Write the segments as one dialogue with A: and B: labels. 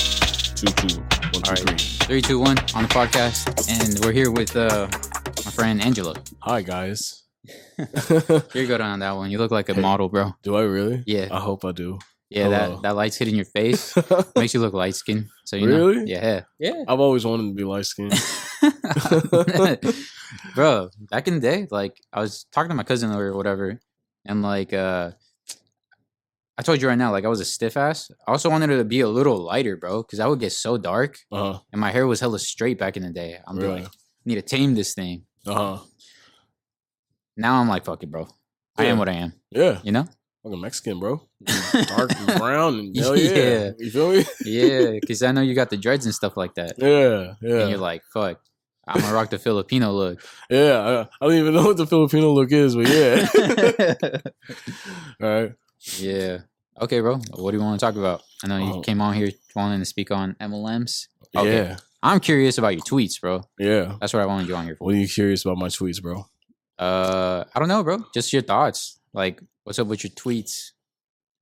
A: two, two, one, two,
B: All right.
A: three.
B: Three, two, one on the podcast, and we're here with uh, my friend Angela.
C: Hi guys.
B: You're good on that one. You look like a
C: Hey.
B: model, bro.
C: do I really?
B: Yeah.
C: I hope I do.
B: Yeah, that,
C: Hello.
B: that light's hitting your face makes you look light skinned. So you know,
C: Really?
B: yeah, yeah,
C: I've always wanted to be light skinned.
B: bro. Back in the day, like I was talking to my cousin or whatever, and like uh, I told you right now, like I was a stiff ass. I also wanted to be a little lighter, bro, because I would get so dark,
C: Uh huh.
B: and my hair was hella straight back in the day. I'm
C: Really?
B: like, need to tame this thing.
C: Uh huh.
B: Now I'm like, fuck it, bro. I am
C: Yeah.
B: what I am.
C: Yeah.
B: You know?
C: Fucking Mexican, bro. Dark and brown and hell yeah.
B: Yeah.
C: You feel me?
B: yeah, because I know you got the dreads and stuff like that.
C: Yeah.
B: And you're
C: Yeah.
B: like, fuck, I'm gonna rock the Filipino look.
C: Yeah. I, I don't even know what the Filipino look is, but yeah. All right.
B: yeah. Okay, bro. What do you want to talk about? I know you
C: Oh.
B: came on here wanting to speak on MLMs. Okay.
C: Yeah.
B: I'm curious about your tweets, bro.
C: Yeah.
B: That's what I wanted you on here for.
C: What are you curious about my tweets, bro?
B: Uh, I don't know, bro. Just your thoughts. Like, what's up with your tweets?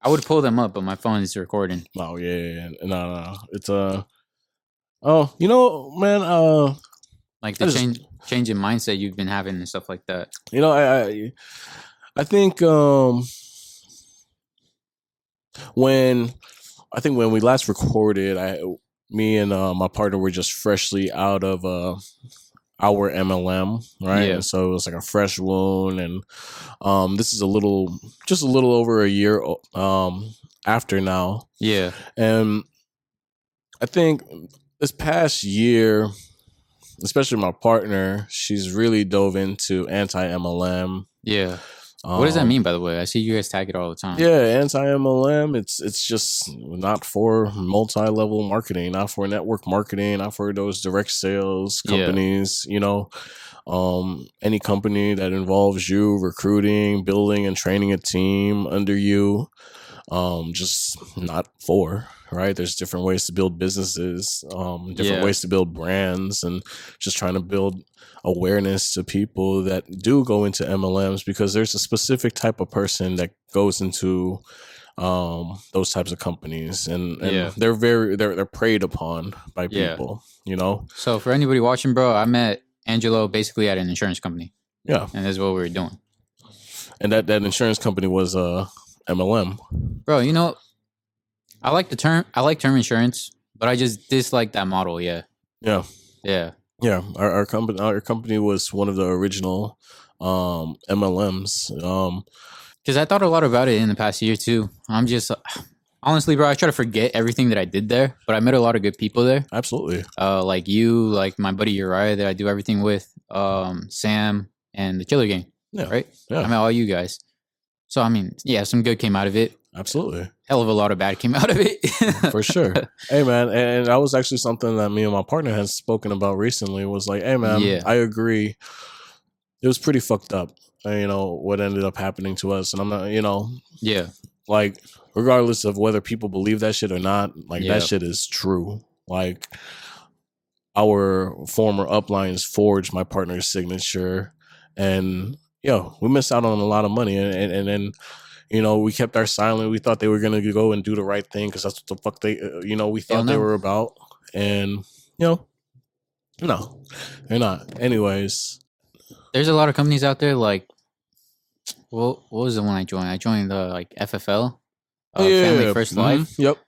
B: I would pull them up, but my phone is recording.
C: Oh yeah, yeah, yeah. No, no. It's uh Oh, you know, man, uh
B: Like
C: I
B: the
C: just-
B: change, change in mindset you've been having and stuff like that.
C: You know, I I, I think um when I think when we last recorded, I me and uh, my partner were just freshly out of uh our MLM, right?
B: Yeah.
C: And so it was like a fresh wound and um this is a little just a little over a year um after now
B: Yeah.
C: and I think this past year, especially my partner, she's really dove into anti MLM.
B: Yeah. what does that mean, by the way? I see you guys tag it all the time.
C: Um, Yeah, anti MLM. It's it's just not for multi level marketing, not for network marketing, not for those direct sales
B: Yeah.
C: companies. You know, um, any company that involves you recruiting, building, and training a team under you. Um, just not for right. There's different ways to build businesses, um, different
B: Yeah.
C: ways to build brands, and just trying to build awareness to people that do go into MLMs because there's a specific type of person that goes into um those types of companies and, and
B: Yeah.
C: they're very they're they're preyed upon by
B: Yeah.
C: people you know
B: So for anybody watching, bro, I met Angelo basically at an insurance company,
C: yeah
B: and that's what we were doing,
C: and that that insurance company was uh MLM
B: bro. You know, I like the term. I like term insurance, but I just dislike that model. Yeah,
C: yeah
B: yeah,
C: yeah our, our company our company was one of the original um MLMs um
B: because I thought a lot about it in the past year too. I'm just honestly, bro. I try to forget everything that I did there, but I met a lot of good people there.
C: absolutely
B: Uh, like you, like my buddy Uriah that I do everything with, um, Sam, and the Killer Gang.
C: Yeah,
B: Right.
C: yeah.
B: I met all you guys. So I mean, yeah, some good came out of it.
C: absolutely
B: hell of a lot of bad came out of it.
C: for sure hey man and, and that was actually something that me and my partner had spoken about recently was like hey man
B: Yeah.
C: i agree it was pretty fucked up uh, you know what ended up happening to us and i'm not you know
B: yeah,
C: like regardless of whether people believe that shit or not like
B: Yeah.
C: that shit is true like our former uplines forged my partner's signature and yo we missed out on a lot of money and and, and then you know we kept our silent we thought they were gonna go and do the right thing because that's what the fuck they uh, you know we
B: Hell
C: thought they
B: no.
C: were about and you know no they're not anyways
B: there's a lot of companies out there like, well, what was the one I joined? I joined the like FFL, uh, Family 1st
C: Mhm.
B: Life.
C: yep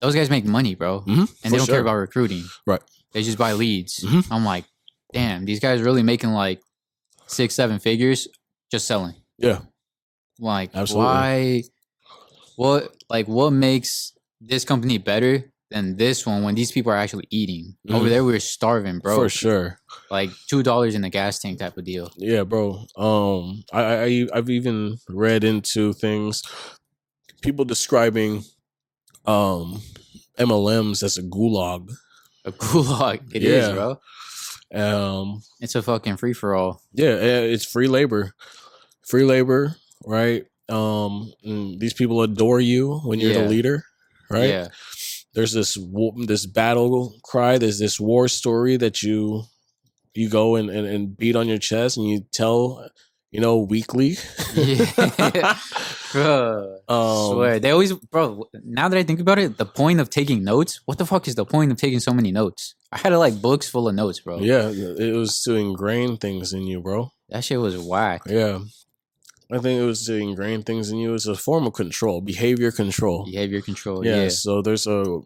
B: Those guys make money, bro,
C: Mhm.
B: and they
C: For
B: don't
C: sure.
B: care about recruiting.
C: Right.
B: They just buy leads.
C: Mhm.
B: I'm like, damn, these guys really making like six, seven figures just selling.
C: yeah
B: Like,
C: Absolutely.
B: why? What like what makes this company better than this one when these people are actually eating over
C: Mhm.
B: there? We were starving, bro.
C: for sure
B: like two dollars in the gas tank type of deal.
C: Yeah, bro. Um, I, I I- I've even read into things, people describing, um, MLMs as a gulag.
B: A gulag, it is,
C: Yeah.
B: bro.
C: Um,
B: It's a fucking free for all.
C: yeah, eh, it's free labor, free labor, right? Um, and these people adore you when you're
B: Yeah.
C: the leader, right?
B: Yeah,
C: There's this wo- this battle cry. There's this war story that you you go and, and, and beat on your chest and you tell you know, weekly.
B: Yeah. Bro,
C: Um,
B: swear they always, bro. Now that I think about it, the point of taking notes. What the fuck is the point of taking so many notes? I had like books full of notes, bro.
C: Yeah, it was to ingrain things in you, bro.
B: that shit was whack.
C: Yeah. I think it was to ingrain things in you. It's a form of control, behavior control.
B: Behavior control.
C: yeah,
B: Yeah,
C: So there's a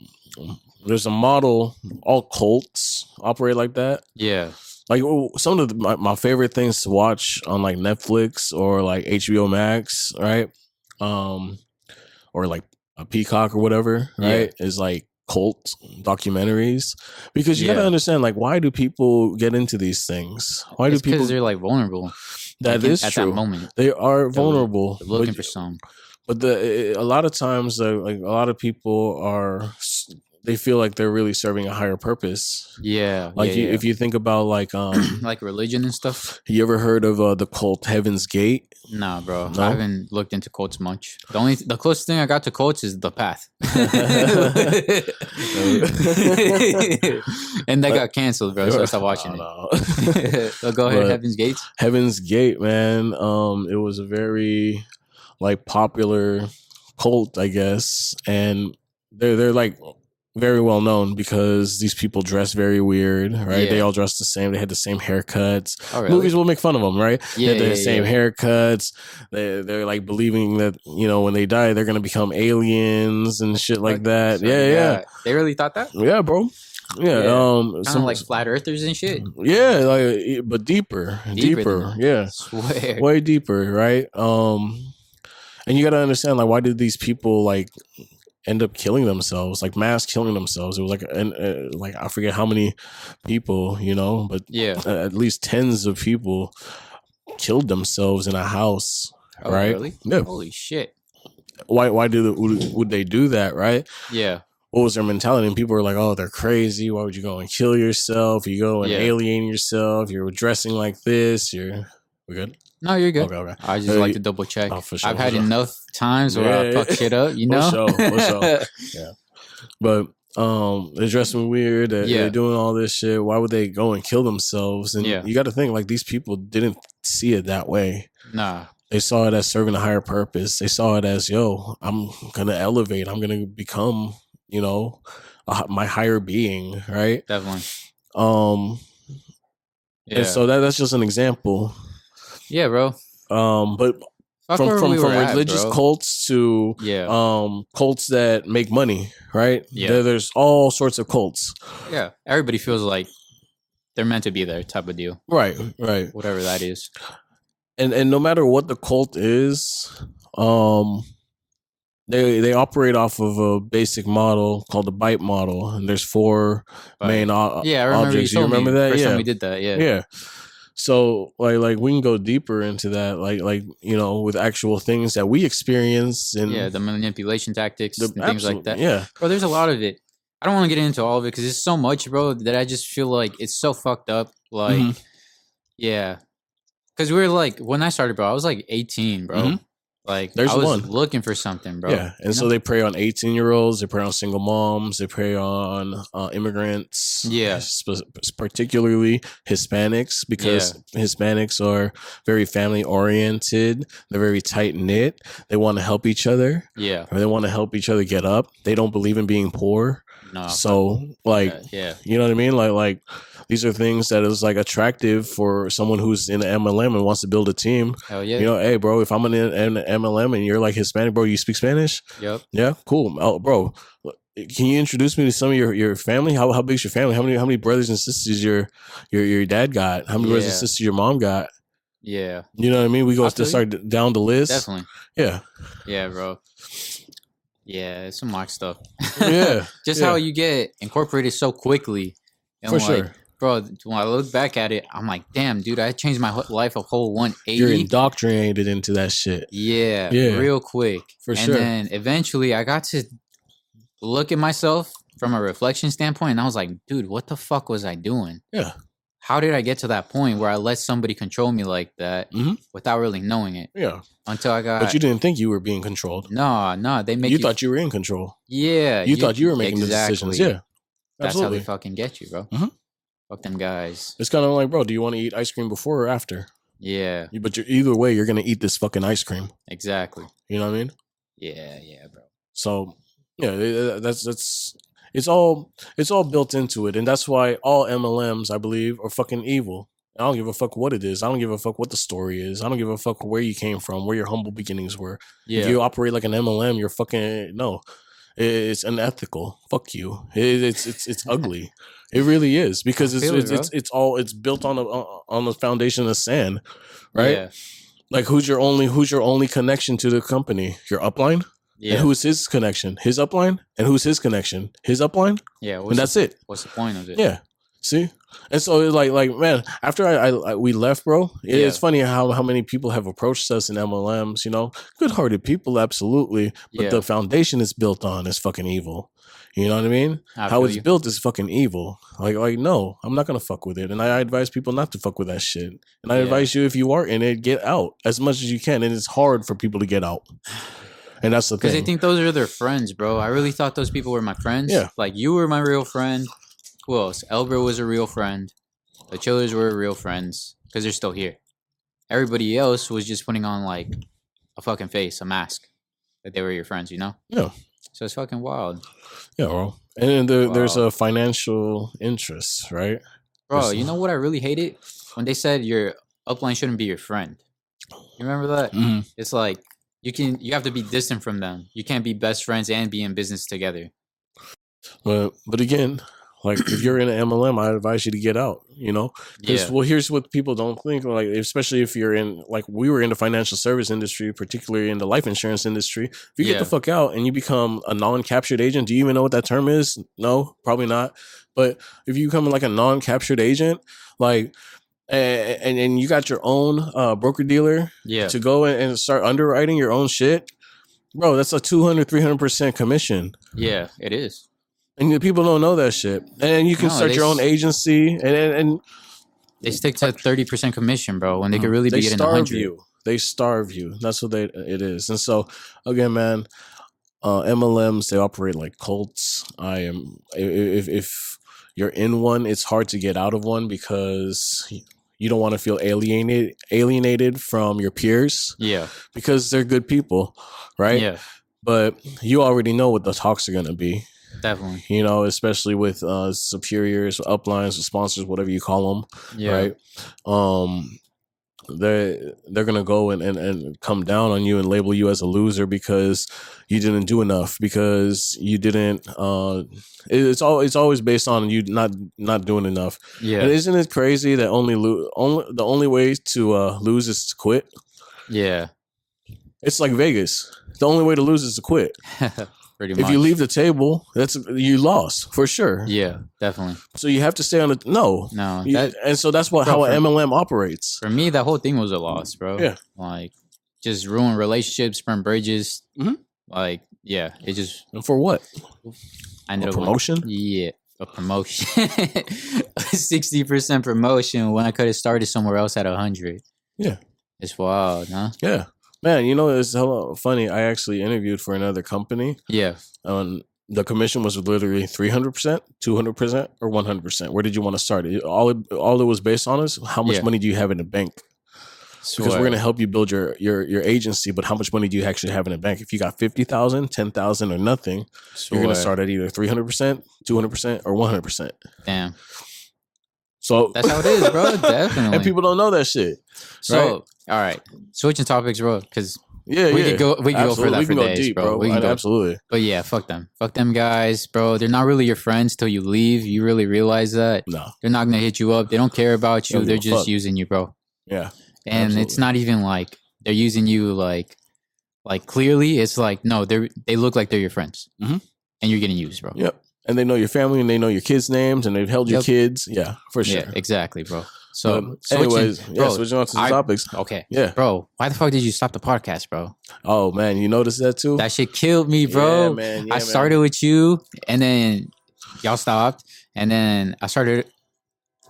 C: there's a model. All cults operate like that.
B: yeah,
C: Like oh, some of the, my, my favorite things to watch on like Netflix or like HBO Max, right? Um, or like a Peacock or whatever,
B: Yeah.
C: right? Is like cult documentaries because you gotta
B: Yeah.
C: understand like why do people get into these things? Why
B: It's
C: do people?
B: they're like vulnerable.
C: That
B: like, in-
C: is
B: at
C: true.
B: that moment.
C: they are vulnerable.
B: They're looking
C: but-
B: for some.
C: but the a lot of times uh, like a lot of people are they feel like they're really serving a higher purpose
B: Yeah,
C: like
B: yeah,
C: you,
B: yeah.
C: if you think about like um
B: like religion and stuff.
C: you ever heard of uh, the cult heaven's gate
B: Nah, bro.
C: No?
B: I haven't looked into quotes much. The only the closest thing I got to quotes is the path, and that got canceled, bro. So I stopped watching it.
C: No, no.
B: so go ahead,
C: But-
B: Heaven's Gates.
C: heaven's gate man um it was a very like popular cult i guess and they're they're like very well known because these people dress very weird right
B: Yeah.
C: they all dress the same they had the same haircuts
B: Oh, really?
C: movies will make fun of them right
B: yeah,
C: they have the
B: yeah,
C: same
B: yeah.
C: haircuts. They they're like believing that you know when they die they're gonna become aliens and shit like that.
B: So,
C: Yeah, yeah,
B: They really thought that?
C: yeah, bro. Yeah,
B: Yeah.
C: um,
B: Kind of
C: some Mm.
B: like flat earthers and shit.
C: yeah, like it- but deeper,
B: Deeper
C: deeper,
B: than
C: yeah,
B: Swear.
C: way deeper, right? Um, and you gotta understand like why did these people like end up killing themselves, like mass killing themselves? It was like an, uh, like I forget how many people, you know, but
B: Yeah.
C: uh, at least tens of people killed themselves in a house
B: Oh,
C: Right?
B: Really?
C: Yeah.
B: Holy shit.
C: why why do would, would they do that right
B: Yeah.
C: what was their mentality and people were like oh they're crazy why would you go and kill yourself you go and
B: Yeah.
C: alienate yourself you're dressing like this you're we good
B: No, you're good.
C: okay okay
B: I just
C: Uh,
B: like to double check.
C: oh, for sure,
B: I've
C: for
B: had
C: sure.
B: enough times where I
C: Yeah.
B: fuck shit up, you
C: For
B: know?
C: sure, for sure. but um they're dressing weird they're,
B: Yeah.
C: they're doing all this shit why would they go and kill themselves and
B: Yeah.
C: you got to think like these people didn't see it that way
B: nah.
C: they saw it as serving a higher purpose. They saw it as, yo, I'm gonna elevate. I'm gonna become, you know, a, my higher being, right?
B: Definitely.
C: Um,
B: Yeah.
C: And so that that's just an example.
B: yeah, bro.
C: Um, but
B: Fuck
C: from
B: where
C: from,
B: we
C: from
B: were at,
C: religious
B: bro.
C: cults to
B: Yeah.
C: um cults that make money, right?
B: Yeah.
C: There- there's all sorts of cults.
B: yeah. Everybody feels like they're meant to be there type of deal.
C: Right, right.
B: Whatever that is.
C: And and no matter what the cult is, um they they operate off of a basic model called the bite model and there's four
B: But-
C: main o-
B: yeah, I remember
C: objects.
B: you
C: You
B: told
C: remember
B: me
C: that?
B: First time
C: Yeah.
B: we did that, yeah.
C: yeah so like like we can go deeper into that like like you know with actual things that we experience and
B: Yeah, the manipulation tactics
C: the-
B: and things like
C: absolute-
B: that.
C: yeah
B: Bro, there's a lot of it. I don't want to get into all of it because it's so much, bro, that I just feel like it's so fucked up. Like,
C: Mhm.
B: yeah. Because we were like, when I started, bro, I was like 18, bro.
C: Mhm.
B: Like,
C: There's
B: I was
C: one.
B: looking for something, bro.
C: yeah and
B: you
C: so they prey on 18 year olds they prey on single moms they prey on uh, immigrants
B: Yeah.
C: sp- particularly hispanics because hispanics are very family oriented they're very tight knit they want to help each other
B: Yeah.
C: or they want to help each other get up they don't believe in being poor
B: No.
C: so like
B: yeah, yeah.
C: You know what I mean? Like like these are things that is like attractive for someone who's in the MLM and wants to build a team.
B: Hell yeah.
C: You know, hey bro, if I'm in an MLM and you're like Hispanic, bro, you speak Spanish?
B: yep.
C: Yeah, cool. Oh, bro, can you introduce me to some of your, your family? How how big's your family? How many how many brothers and sisters your your your dad got? How many brothers and
B: Yeah.
C: sisters your mom got?
B: Yeah.
C: You know what I mean? We
B: I
C: go
B: feel
C: to start d- down the list.
B: Definitely.
C: Yeah,
B: Yeah, bro. Yeah, it's some mock stuff.
C: yeah,
B: Just
C: yeah.
B: how you get incorporated so quickly. And
C: for
B: like,
C: sure.
B: Bro, when I look back at it, I'm like, damn, dude, I changed my whole life a whole 180.
C: You're indoctrinated into that shit.
B: Yeah,
C: Yeah.
B: real quick.
C: For
B: and
C: sure.
B: then eventually I got to look at myself from a reflection standpoint and I was like, dude, what the fuck was I doing?
C: Yeah.
B: How did I get to that point where I let somebody control me like that
C: Mhm.
B: without really knowing it?
C: Yeah,
B: Until I got
C: but you didn't think you were being controlled.
B: No, no, they make
C: You thought you were in control.
B: Yeah.
C: you, thought you were making the decisions.
B: exactly.
C: Yeah.
B: That's
C: Absolutely.
B: how they fucking get you, bro.
C: Mhm.
B: Fuck them guys.
C: it's kind of like, bro, do you want to eat ice cream before or after?
B: Yeah,
C: You- But you're, either way, you're gonna eat this fucking ice cream.
B: exactly.
C: You know what I mean?
B: Yeah, yeah, bro.
C: So yeah, eh, eh, that's that's it's all it's all built into it, and that's why all MLMs, I believe, are fucking evil. I don't give a fuck what it is. I don't give a fuck what the story is. I don't give a fuck where you came from, where your humble beginnings were.
B: Yeah,
C: If you operate like an MLM, you're fucking no. It's unethical. Fuck you. It, it's it's it's ugly. It really is because it's
B: feel it,
C: it's, it's
B: bro.
C: it's all it's built on a on a foundation of sand, right?
B: Yeah,
C: Like who's your only who's your only connection to the company? Your upline.
B: yeah.
C: And who's his connection? His upline? And who's his connection? His upline?
B: yeah what's,
C: And that's it.
B: the, what's the point of it?
C: Yeah. See? And so it's like like man, after I, I, I we left, bro, it-
B: Yeah.
C: it's funny how how many people have approached us in MLMs, you know? Good-hearted people, absolutely, but
B: Yeah,
C: the foundation it's built on is fucking evil. You know what I mean?
B: I
C: how
B: feel
C: it's
B: you.
C: built is fucking evil. Like like no, I'm not going to fuck with it. And I, I advise people not to fuck with that shit. And I
B: Yeah.
C: advise you if you are in it, get out as much as you can and it's hard for people to get out. And that's the thing.
B: Because they think those are their friends, bro. I really thought those people were my friends.
C: Yeah.
B: Like you were my real friend. Who else? Elber was a real friend. The Chillers were real friends because they're still here. Everybody else was just putting on like a fucking face, a mask that they were your friends, you know?
C: Yeah.
B: So it's fucking wild,
C: Yeah, bro. And then there, there's
B: Wow.
C: a financial interest, right?
B: bro.
C: There's-
B: You know what I really hated when they said your upline shouldn't be your friend. You remember that?
C: Mm-hmm.
B: It's like you can you have to be distant from them. You can't be best friends and be in business together.
C: But but again, like if you're in an MLM, I advise you to get out. You know, 'Cause, well, here's what people don't think. Like especially if you're in like we were in the financial service industry, particularly in the life insurance industry. If you get
B: Yeah.
C: the fuck out and you become a non-captured agent, do you even know what that term is? No, probably not. But if you become like a non-captured agent, like. a- And, and you got your own uh, broker dealer
B: Yeah.
C: to go in and start underwriting your own shit, bro, that's a 200, 300% commission.
B: Yeah. It is.
C: And the people don't know that shit. And you can
B: No,
C: start
B: they
C: your own
B: s-
C: agency and, and, and
B: They stick to thirty percent commission, bro. When they could really
C: Mm. they
B: be getting a
C: starve
B: hundred.
C: you. They starve you. That's what they it is. And so, again, man, uh, MLMs, they operate like cults. I am, i- i- if, if you're in one, it's hard to get out of one because you don't want to feel alienated alienated from your peers
B: Yeah.
C: because they're good people, right?
B: Yeah.
C: but you already know what the talks are going to be
B: Definitely.
C: you know especially with uh superiors uplines sponsors whatever you call them
B: Yeah.
C: right um they're they're gonna go and, and and come down on you and label you as a loser because you didn't do enough because you didn't uh it- it's all it's always based on you not not doing enough
B: Yeah.
C: and isn't it crazy that only lo- only the only way to uh lose is to quit
B: Yeah.
C: it's like vegas the only way to lose is to quit
B: Pretty
C: if
B: much.
C: you leave the table, that's you lost for sure.
B: Yeah. Definitely.
C: So you have to stay on the no,
B: No.
C: You-
B: That
C: and so that's what
B: Bro,
C: how a
B: for-
C: MLM operates.
B: for me, that whole thing was a loss, bro.
C: Yeah.
B: Like, just ruin relationships, burn bridges.
C: Mhm.
B: Like, yeah. It just
C: And for what?
B: I
C: A
B: ended up with-
C: promotion?
B: Yeah. A promotion, sixty percent promotion when I could have started somewhere else at a hundred.
C: Yeah.
B: it's wild, huh?
C: Yeah, man. You know it's hella funny. I actually interviewed for another company,
B: Yeah,
C: and the commission was literally three hundred percent, two hundred percent, or one hundred percent. Where did you want to start? It- All it, all it was based on is how much
B: Yeah.
C: money do you have in the bank? Because
B: Swear.
C: we're gonna help you build your your your agency, but how much money do you actually have in the bank? If you got 50,000, 10,000 or nothing, you're going to
B: Swear.
C: start at either 300%, 200%, or 100%.
B: Damn,
C: So
B: that's how it is, bro. Definitely.
C: and people don't know that shit.
B: So, all right, switching topics, bro, because
C: Yeah,
B: we
C: yeah.
B: could go, we could go for
C: Absolutely.
B: that
C: We
B: for
C: can go
B: days,
C: deep,
B: bro. We can
C: I-
B: go,
C: Absolutely.
B: but yeah, fuck them, fuck them guys, bro. They're not really your friends till you leave. You really realize that
C: No.
B: they're not gonna hit you up. They don't care about
C: Don't
B: you.
C: give
B: They're
C: a
B: just
C: fuck.
B: using you, bro.
C: Yeah.
B: And it's not even like they're using you like, like clearly. It's like no, they are they look like they're your friends,
C: Mhm.
B: and you're getting used, bro.
C: Yep. And they know your family and they know your kids' names and they've held your
B: Yep.
C: kids. Yeah, for sure.
B: Yeah, exactly, bro. So,
C: But
B: switching-
C: anyways, yeah,
B: bro,
C: switching on to some
B: I-
C: topics.
B: okay.
C: Yeah.
B: Bro, why the fuck did you stop the podcast, bro?
C: Oh man, you noticed that too?
B: That shit killed me, bro.
C: Yeah, man. Yeah,
B: I
C: man.
B: started with you, and then y'all stopped, and then I started.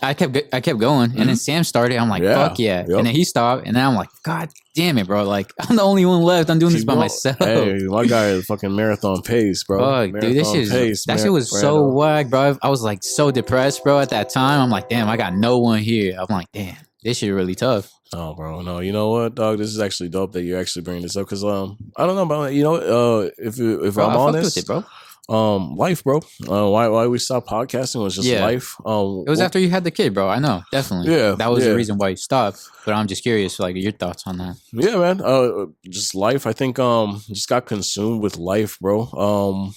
B: I kept go- I kept going, and then Sam started. I'm like,
C: Mm-hmm. Yeah,
B: fuck yeah,
C: yep.
B: and then he stopped, and then I'm like, god damn it, bro! Like I'm the only one left. I'm doing this
C: Keep
B: by
C: going.
B: myself.
C: Hey, my guy is fucking marathon pace, bro.
B: Fuck, dude, this
C: Marathon
B: shit, is-
C: pace,
B: that
C: man,
B: shit was so
C: Brando.
B: whack, bro. I was like so depressed, bro, at that time. I'm like, damn, I got no one here. I'm like, damn, This shit really tough.
C: Oh, bro, no. You know what, dog? This is actually dope that you're actually bringing this up because um, I don't know, but you know, uh, if you if
B: Bro, I
C: I'm
B: fucked with
C: honest,
B: it, bro. It
C: um, life, bro. Uh, why why we stopped podcasting was just
B: Yeah.
C: life. Um,
B: was
C: wh-
B: after you had the kid, bro. I know, definitely.
C: Yeah,
B: that was
C: yeah.
B: the reason why you stopped. But I'm just curious, like your thoughts on that.
C: yeah, man. Uh, just life. I think um, just got consumed with life, bro. Um,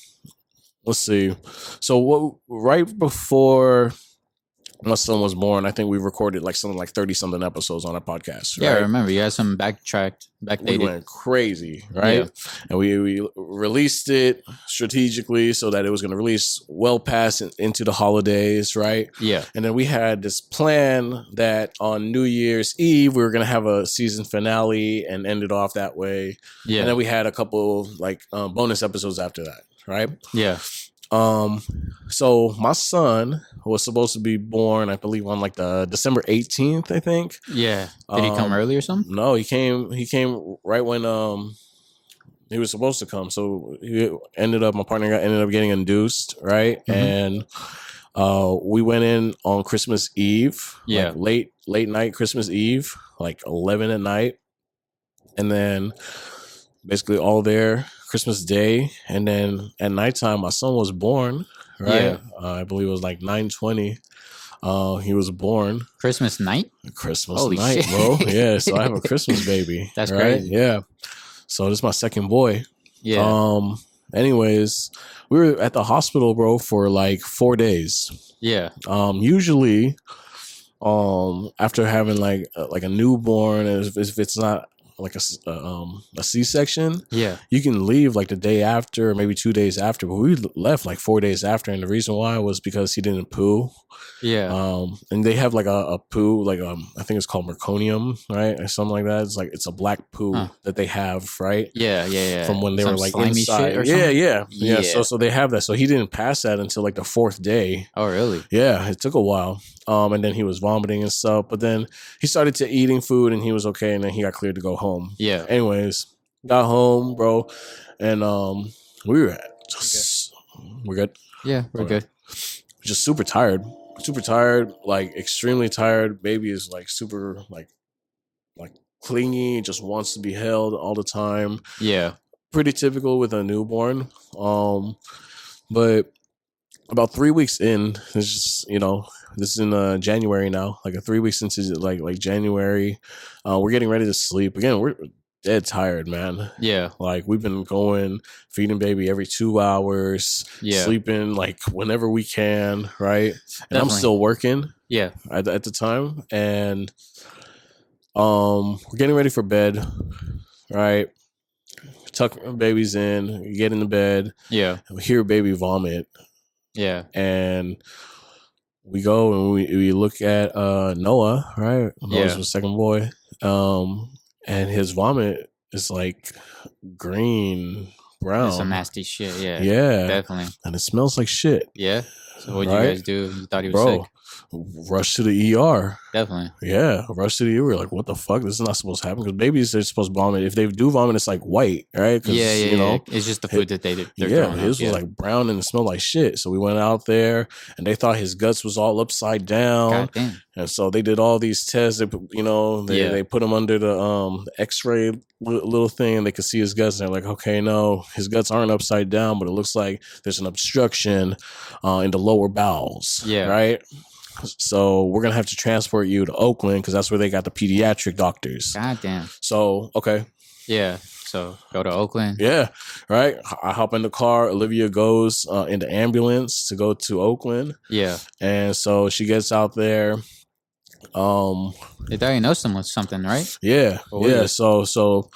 C: let's see. So what? Right before my son was born, I think we recorded like something like thirty something episodes on our podcast.
B: Yeah, I
C: right?
B: remember you had some backtracked,
C: we
B: backdated.
C: went crazy, right?
B: Yeah.
C: And we, we released it strategically so that it was going to release well past in, into the holidays, right?
B: Yeah,
C: And then we had this plan that on New Year's Eve we were going to have a season finale and end it off that way.
B: yeah,
C: And then we had a couple like um, bonus episodes after that, right?
B: yeah.
C: Um, so my son was supposed to be born, I believe, on like the December 18th, I think.
B: Yeah. Did he come
C: Um,
B: early or something?
C: No, he came. He came right when um he was supposed to come. So he ended up. My partner got ended up getting induced, right?
B: Mhm.
C: And uh we went in on Christmas Eve. like,
B: Yeah.
C: late late night Christmas Eve, like eleven at night, and then basically all there Christmas Day, and then at nighttime my son was born. Right,
B: Yeah.
C: uh, I believe it was like nine twenty. Uh, he was born.
B: Christmas night?
C: Christmas
B: Holy
C: night,
B: shit.
C: bro. Yeah, so I have a Christmas baby.
B: That's crazy.
C: Yeah. So this is my second boy.
B: Yeah,
C: Um. Anyways, we were at the hospital, bro, for like four days.
B: yeah,
C: Um. Usually, um, after having like a, like a newborn, if, if it's not like a s- uh, um a C section,
B: yeah.
C: you can leave like the day after, or maybe two days after. But we left like four days after, and the reason why was because he didn't poo.
B: Yeah.
C: Um, and they have like a, a poo, like um, I think it's called merconium, right, or something like that. It's like it's a black poo
B: Huh.
C: that they have, right,
B: yeah, yeah, yeah.
C: from when they
B: Some
C: were like
B: slimy
C: inside.
B: shit or
C: yeah,
B: something?
C: yeah, yeah,
B: Yeah.
C: So so they have that. So he didn't pass that until like the fourth day.
B: Oh, really?
C: Yeah, it took a while. Um, and then he was vomiting and stuff. But then he started to eating food, and he was okay. And then he got cleared to go home.
B: Yeah.
C: Anyways, got home, bro, and um, we were just we're good
B: Yeah, we're
C: Okay.
B: good.
C: just super tired, super tired, like extremely tired. Baby is like super like like clingy, just wants to be held all the time.
B: Yeah.
C: Pretty typical with a newborn. Um, but about three weeks in, it's just you know this is in uh, January now, like a three weeks into like like January, uh, we're getting ready to sleep again. We're dead tired, man.
B: Yeah.
C: Like we've been going feeding baby every two hours
B: Yeah.
C: sleeping like whenever we can, right? And I'm
B: Definitely.
C: still working
B: Yeah.
C: at, at the time, and um, we're getting ready for bed, right? Tuck babies in, get in the bed,
B: Yeah.
C: we hear baby vomit,
B: Yeah.
C: and we go and we, we look at uh Noah, right? Noah's
B: Yeah.
C: my second boy, um, and his vomit is like green brown.
B: That's some nasty shit. Yeah.
C: Oh. yeah,
B: Definitely.
C: and it smells like shit.
B: Yeah. So what'd
C: Right?
B: you guys do? You thought he was
C: bro
B: sick?
C: rush to the er
B: Definitely.
C: yeah rush to the er like what the fuck this is not supposed to happen because babies they're supposed to vomit if they do vomit it's like white right 'Cause,
B: Yeah, yeah,
C: you know
B: yeah. It's just the food that they did. They're
C: yeah
B: throwing
C: his
B: up,
C: was like brown and it smelled like shit so we went out there and they thought his guts was all upside down
B: God damn.
C: and so they did all these tests they put- you know they,
B: Yeah.
C: they put him under the um x-ray li- little thing and they could see his guts and they're like okay no his guts aren't upside down but it looks like there's an obstruction uh, in the lower bowels
B: Yeah.
C: right so we're gonna have to transport you to Oakland because that's where they got the pediatric doctors.
B: God damn.
C: So okay,
B: Yeah. So go to Oakland.
C: yeah, right. H- I hop in the car. Olivia goes uh, in the ambulance to go to Oakland,
B: Yeah.
C: and so she gets out there. Um,
B: They diagnosed him with something, right?
C: yeah,
B: Oh,
C: yeah.
B: yeah.
C: So so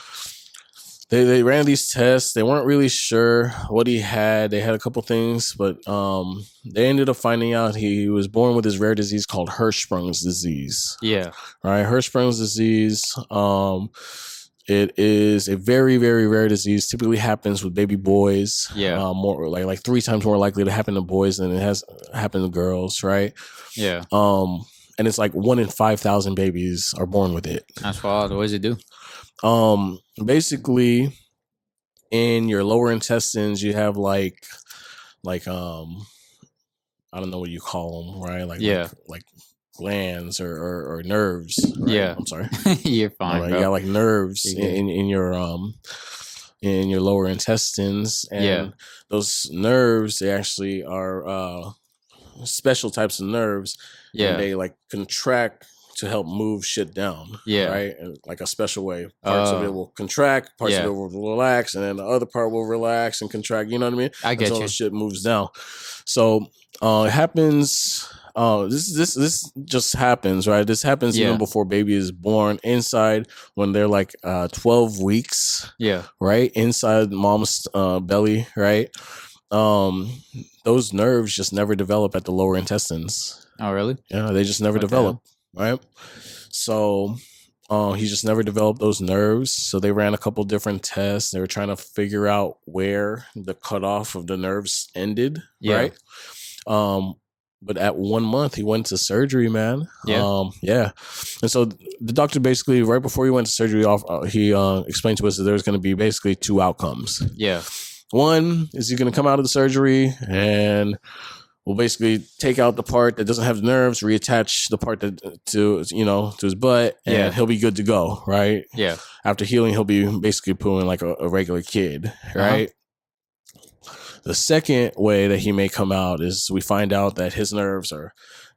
C: they they ran these tests. They weren't really sure what he had. They had a couple things, but um, they ended up finding out he was born with this rare disease called Hirschsprung's disease.
B: Yeah.
C: All right, Hirschsprung's disease. Um, it is a very, very rare disease. Typically happens with baby boys.
B: Yeah.
C: uh, more like like three times more likely to happen to boys than it has happened to girls, right?
B: Yeah.
C: Um, and it's like one in five thousand babies are born with it.
B: That's wild. What does it do?
C: Um, basically, in your lower intestines, you have like, like um, I don't know what you call them, right? Like,
B: Yeah.
C: like, glands or, or, or nerves. right?
B: Yeah.
C: I'm sorry.
B: You're fine,
C: Alright,
B: bro.
C: you got like nerves
B: You're good.
C: in, in your um in your lower intestines and
B: Yeah.
C: those nerves they actually are uh special types of nerves and
B: yeah,
C: they like contract to help move shit down
B: yeah,
C: right and, like a special way parts of
B: Oh.
C: it will contract parts
B: Yeah.
C: of it will relax and then the other part will relax and contract you know what i mean
B: I get
C: until
B: you.
C: the shit moves down. So uh, it happens. Uh, this this this just happens, right? This happens
B: Yeah.
C: even before baby is born. Inside, when they're like uh, twelve weeks,
B: Yeah,
C: right inside mom's uh, belly, right. Um, those nerves just never develop at the lower intestines.
B: oh really?
C: Yeah, they just never
B: Okay.
C: develop, right? So uh, he just never developed those nerves. So they ran a couple different tests. They were trying to figure out where the cutoff of the nerves ended,
B: Yeah.
C: right? Um, but at one month, he went to surgery, man.
B: Yeah.
C: Um, yeah. And so the doctor basically, right before he went to surgery, off uh, he uh, explained to us that there's going to be basically two outcomes.
B: Yeah,
C: One is you're going to come out of the surgery and we'll basically take out the part that doesn't have the nerves, reattach the part that to you know to his butt, and
B: Yeah.
C: he'll be good to go. Right
B: yeah,
C: after healing, he'll be basically pooing like a, a regular kid.
B: Uh-huh.
C: Right. The second way that he may come out is we find out that his nerves are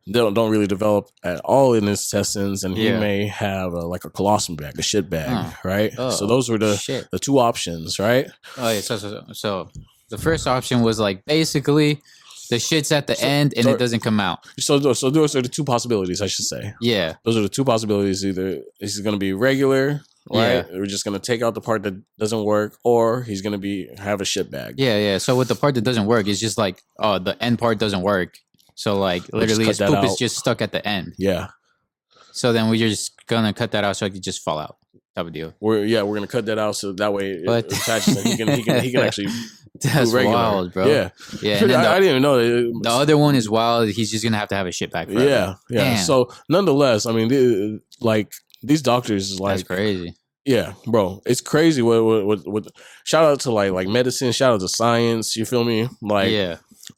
C: they don't, don't really develop at all in his intestines, and he
B: Yeah.
C: may have a, like a colossum bag, a shit bag, right? So
B: Oh,
C: those were the
B: shit.
C: the two options, right?
B: Oh yeah, so, so so the first option was like basically the shit's at the
C: So-
B: end and
C: so-
B: it doesn't come out.
C: So, tho- so those are the two possibilities, I should say.
B: Yeah,
C: Those are the two possibilities. Either he's going to be regular, right? We're just going to take out the part that doesn't work, or he's going to be have a shit bag.
B: yeah, yeah. So with the part that doesn't work, it's just like oh the end part doesn't work. So like
C: just
B: literally
C: cut
B: his
C: that
B: poop is
C: out.
B: just stuck at the end.
C: yeah.
B: So then we're just gonna cut that out so it could just fall out. Type of deal.
C: We're yeah, we're going to cut that out so that way it
B: But-
C: attaches and he can he can he can actually do
B: That's
C: regular.
B: wild, bro.
C: Yeah,
B: yeah. And then
C: I, I
B: the,
C: didn't even know that.
B: the other one is wild. He's just gonna have to have a shit back. Forever.
C: yeah, yeah.
B: Damn.
C: So nonetheless, I mean, the, like these doctors,
B: that's
C: like
B: crazy.
C: Yeah, bro, it's crazy. What, what, what, what? Shout out to like, like medicine. Shout out to science. You feel me? Like,
B: yeah,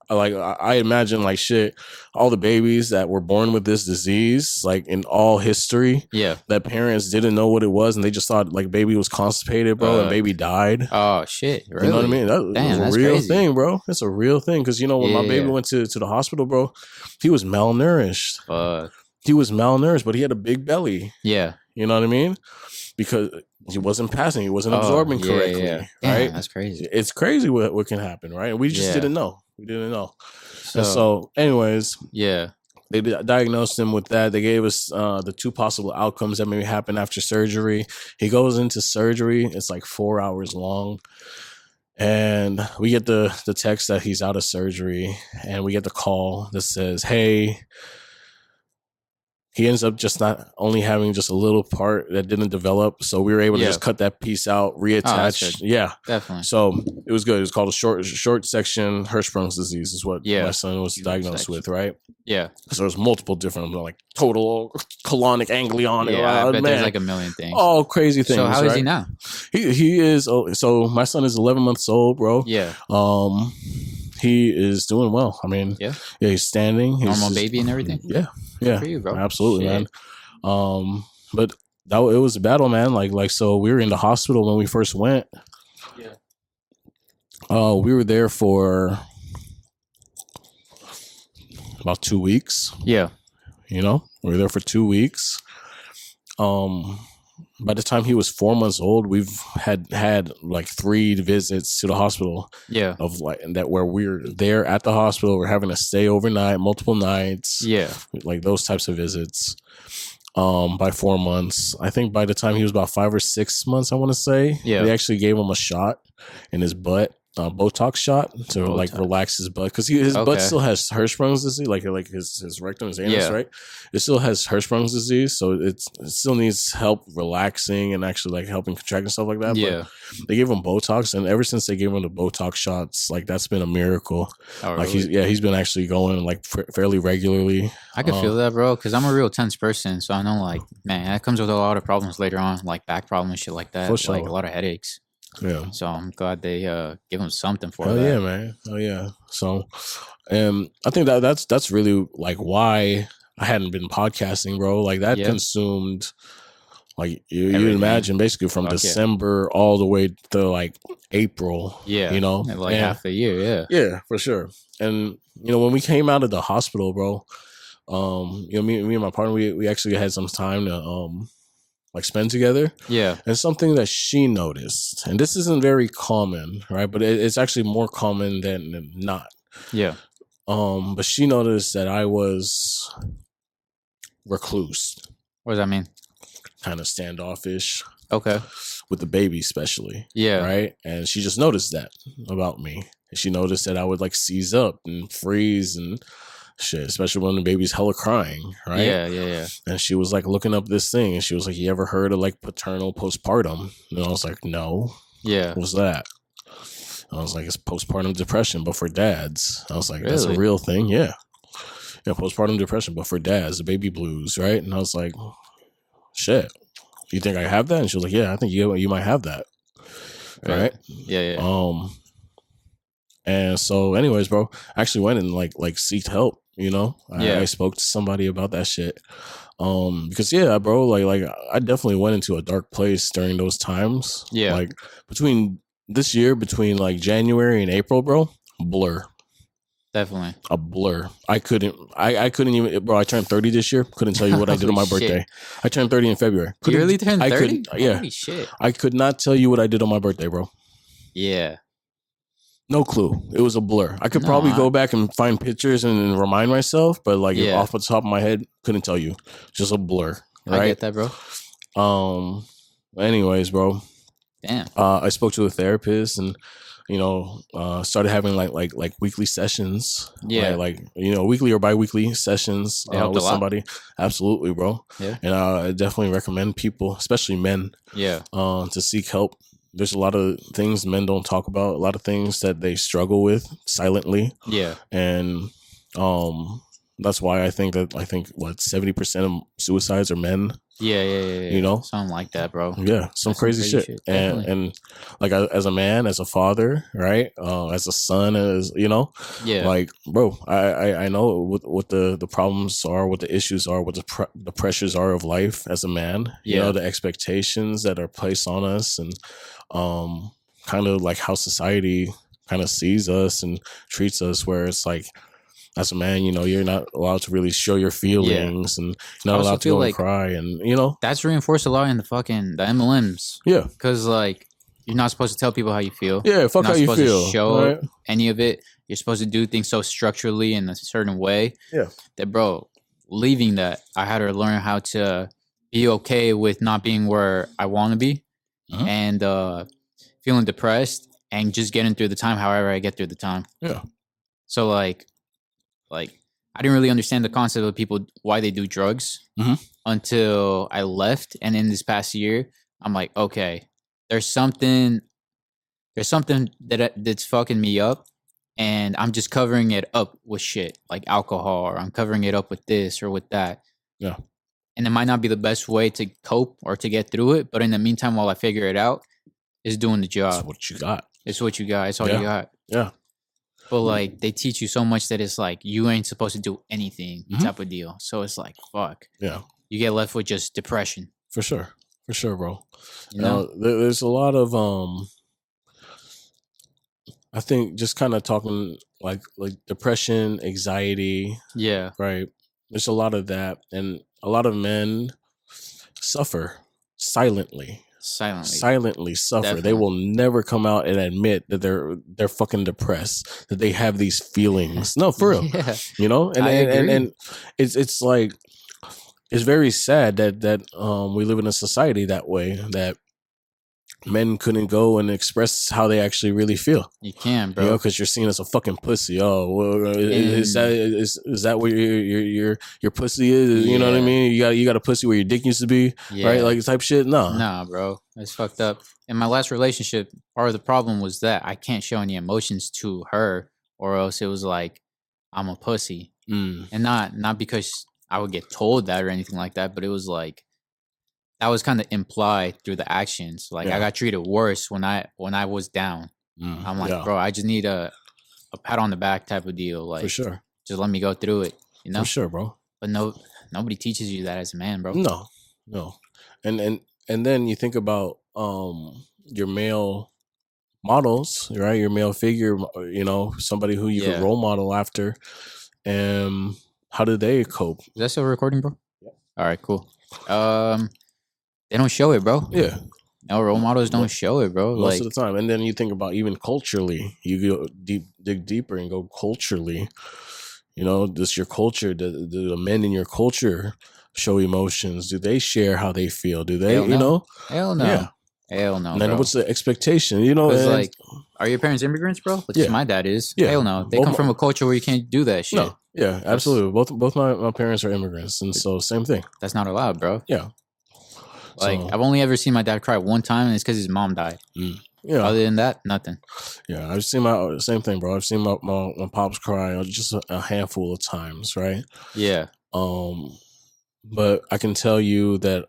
C: like I I imagine, like shit, all the babies that were born with this disease, like in all history,
B: yeah.
C: that parents didn't know what it was, and they just thought like baby was constipated, bro, and
B: Uh,
C: baby died.
B: Oh shit! Really?
C: You know what I mean? That,
B: Damn,
C: that's
B: that's
C: a real
B: crazy.
C: thing, bro. It's a real thing. Cause you know, when my baby
B: Yeah.
C: went to, to the hospital, bro, he was malnourished.
B: Fuck.
C: He was malnourished, but he had a big belly.
B: Yeah.
C: You know what I mean? Because he wasn't passing, he wasn't
B: Oh,
C: absorbing
B: yeah,
C: correctly,
B: yeah. Damn,
C: right?
B: That's crazy.
C: It's crazy what, what can happen, right? We just
B: Yeah.
C: didn't know. We didn't know.
B: So,
C: and so, anyways,
B: yeah,
C: they di- diagnosed him with that. They gave us uh, the two possible outcomes that may happen after surgery. He goes into surgery. It's like four hours long. And we get the, the text that he's out of surgery. And we get the call that says, hey, he ends up just not only having just a little part that didn't develop. So we were able to
B: Yeah. Oh,
C: just cut that piece out, reattach.
B: good.
C: yeah.
B: definitely.
C: So it was good. It was called a short short section Hirschsprung's disease is what
B: Yeah.
C: my son was
B: Short
C: diagnosed
B: section.
C: with, right?
B: Yeah,
C: So there's multiple different like total colonic ganglion.
B: yeah.
C: uh,
B: I
C: man,
B: bet there's like a million things.
C: all crazy things.
B: so how is
C: right?
B: he now?
C: He he is oh, so my son is 11 months old, bro.
B: Yeah,
C: Um, he is doing well. I mean,
B: Yeah.
C: yeah, he's standing. He's
B: normal
C: just-
B: baby and everything.
C: Yeah, yeah.
B: for you, bro.
C: Absolutely,
B: Shit.
C: man. Um, but that it was a battle, man. Like like so, we were in the hospital when we first went.
B: Yeah.
C: Uh, we were there for about two weeks.
B: Yeah,
C: You know, we were there for two weeks. Um, by the time he was four months old, we've had had like three visits to the hospital
B: yeah,
C: of like and that where we're there at the hospital. We're having to stay overnight, multiple nights
B: yeah.
C: like those types of visits um by four months i think by the time he was about five or six months i want to say
B: Yeah.
C: they actually gave him a shot in his butt a botox shot to like
B: Botox.
C: relax his butt because his
B: Okay.
C: butt still has hirschsprung's disease like like his, his rectum his anus
B: Yeah.
C: right it still has hirschsprung's disease so it's, it still needs help relaxing and actually like helping contract and stuff like that
B: Yeah,
C: but they gave him botox and ever since they gave him the botox shots like that's been a miracle
B: Oh,
C: like
B: really?
C: he's yeah he's been actually going like fa- fairly regularly
B: I could
C: uh,
B: feel that, bro, because I'm a real tense person. So I know, like, man, that comes with a lot of problems later on, like back problems, shit like that,
C: For sure.
B: like a lot of headaches.
C: yeah
B: So I'm glad they uh give him something for
C: Oh
B: that.
C: yeah, man. Oh yeah. So, um, I think that that's that's really like why I hadn't been podcasting, bro. Like that
B: Yeah.
C: consumed like you you
B: Everything.
C: imagine basically from
B: Fuck yeah.
C: December all the way to like April.
B: Yeah.
C: You know?
B: like
C: And-
B: half the year. Yeah.
C: yeah, for sure. And you know, when we came out of the hospital, bro, um, you know, me, me and my partner, we we actually had some time to um like spend together.
B: Yeah.
C: And something that she noticed, and this isn't very common, right? But it, it's actually more common than not.
B: Yeah.
C: Um, but she noticed that I was recluse,
B: What does that mean?
C: kind of standoffish
B: Okay.
C: with the baby, especially.
B: Yeah.
C: right? And she just noticed that about me. And she noticed that I would like seize up and freeze and shit, especially when the baby's hella crying, right?
B: Yeah. Yeah. Yeah.
C: And she was like looking up this thing and she was like, You ever heard of like paternal postpartum? And I was like, No,
B: Yeah.
C: what's that? And I was like, It's postpartum depression, but for dads. I was like, That's a
B: Really?
C: real thing, yeah. Yeah, postpartum depression, but for dads, the baby blues, right? And I was like, Shit, you think I have that? And she was like, Yeah, I think you you might have that.
B: Right.
C: right?
B: Yeah. Yeah.
C: Um, and so, anyways, bro, I actually went and like like seeked help. You know, I,
B: Yeah.
C: I spoke to somebody about that shit. Um, because yeah, bro, like like I definitely went into a dark place during those times.
B: Yeah.
C: like between this year, between like January and April, bro, blur,
B: Definitely.
C: a blur. I couldn't, I I couldn't even, bro. I turned thirty this year. Couldn't tell you what I did on my
B: Holy shit.
C: birthday. I turned thirty in February.
B: You
C: Couldn't,
B: really turned
C: I
B: thirty?
C: couldn't- yeah.
B: Holy shit.
C: I could not tell you what I did on my birthday, bro.
B: Yeah.
C: No clue. It was a blur. I could probably
B: Nah.
C: go back and find pictures and, and remind myself, but like
B: Yeah.
C: off the top of my head, couldn't tell you. Just a blur,
B: I
C: right?
B: get that, bro.
C: Um. Anyways, bro,
B: Damn.
C: uh, I spoke to a therapist and you know uh, started having like like like weekly sessions.
B: Yeah.
C: like, like, you know weekly or biweekly sessions
B: It
C: uh,
B: helped a
C: with
B: lot.
C: somebody. Absolutely, bro.
B: Yeah.
C: And uh, I definitely recommend people, especially men,
B: Yeah.
C: uh, to seek help. There's a lot of things men don't talk about, a lot of things that they struggle with silently,
B: Yeah.
C: and um, that's why I think that I think what seventy percent of suicides are men.
B: Yeah. Yeah. Yeah. yeah.
C: You know?
B: something like that, bro.
C: Yeah, some
B: That's some
C: crazy,
B: crazy
C: shit.
B: shit,
C: And
B: definitely.
C: and like I, as a man, as a father, right? Uh, as a son, as you know,
B: Yeah.
C: like bro, I, I I know what what the the problems are, what the issues are, what the pre- the pressures are of life as a man. You
B: Yeah.
C: know the expectations that are placed on us, and um, kind of like how society kind of sees us and treats us, where it's like. As a man, you know you're not allowed to really show your feelings, and you're
B: I
C: not
B: also
C: allowed to
B: feel
C: go
B: like-
C: and cry, and you know,
B: That's reinforced a lot in the fucking the MLMs
C: yeah,
B: because like you're not supposed to tell people how you feel.
C: yeah, fuck
B: not
C: how you
B: supposed to
C: feel.
B: show
C: right?
B: any of it. You're supposed to do things so structurally in a certain way.
C: Yeah.
B: That bro, leaving that, I had to learn how to be okay with not being where I want to be
C: Mhm.
B: and uh feeling depressed and just getting through the time however I get through the time.
C: Yeah.
B: So like like I didn't really understand the concept of people why they do drugs
C: Mhm.
B: until I left and in this past year I'm like, okay, there's something there's something that I- that's fucking me up and i'm just covering it up with shit like alcohol or i'm covering it up with this or with that
C: Yeah.
B: and it might not be the best way to cope or to get through it but in the meantime while i figure it out is doing the
C: That's
B: job
C: what you got.
B: it's what you got it's all
C: Yeah.
B: you got
C: Yeah.
B: but like they teach you so much that it's like you ain't supposed to do anything
C: Mhm.
B: type of deal so it's like fuck
C: Yeah,
B: you get left with just depression
C: for sure, for sure, bro.
B: you know
C: Uh, there, there's a lot of um, I think just kind of talking like like depression, anxiety,
B: yeah
C: right? There's a lot of that, and a lot of men suffer silently,
B: silently
C: silently suffer. They
B: Oh, Definitely.
C: will never come out and admit that they're they're fucking depressed, that they have these feelings. No, for real.
B: yeah
C: you know and
B: I
C: and, and
B: agree.
C: and it's it's like it's very sad that that um we live in a society that way that men couldn't go and express how they actually really feel
B: you can
C: you know
B: bro
C: because you're seen as a fucking pussy oh well, is, is that
B: Mm.
C: is, is that where your your your, your pussy is you know what i
B: Yeah.
C: mean you got you got a pussy where your dick used to be
B: yeah.
C: right like uh. type shit no
B: Nah, bro, that's fucked up. In my last relationship, part of the problem was that I can't show any emotions to her, or else it was like I'm a pussy,
C: Mm.
B: and not not because I would get told that or anything like that, but it was like that was kind of implied through the actions. Like
C: Yeah.
B: I got treated worse when I when I was down.
C: Mm.
B: I'm like,
C: Yeah,
B: bro, I just need a a pat on the back type of deal. Like,
C: for sure
B: just let me go through it. You know?
C: for sure bro
B: But no, nobody teaches you that as a man, bro.
C: No, no, and and and then you think about um your male models, right? Your male figure, uh, you know, somebody who you
B: Yeah.
C: can role model after, and how do they cope?
B: Is that still recording, bro? All right, cool. Um, they don't show it, bro.
C: Yeah,
B: No role models
C: Mo-
B: don't show it, bro.
C: most
B: Like,
C: of the time. And then you think about even culturally, you go deep, dig deeper, and go culturally. You know, does your culture, do, do the men in your culture show emotions? Do they share how they feel? Do they,
B: Hell
C: you
B: no.
C: know?
B: hell no,
C: Yeah.
B: hell no.
C: and then
B: bro.
C: what's the expectation? You know,
B: 'Cause,
C: Oh, and-
B: like, Are your parents immigrants, bro? Which
C: Yeah.
B: my dad is.
C: Yeah.
B: Hell no. They
C: Well,
B: come from a culture where you can't do that shit.
C: no, yeah, absolutely. Both both my, my parents are immigrants, and so same thing.
B: That's not allowed, bro.
C: Yeah.
B: Like
C: So-
B: I've only ever seen my dad cry one time, and it's because his mom died.
C: Yeah,
B: Other than that, nothing.
C: Yeah, I've seen my same thing, bro. I've seen my, my, my pops cry just a, a handful of times, right?
B: Yeah.
C: Um, but I can tell you that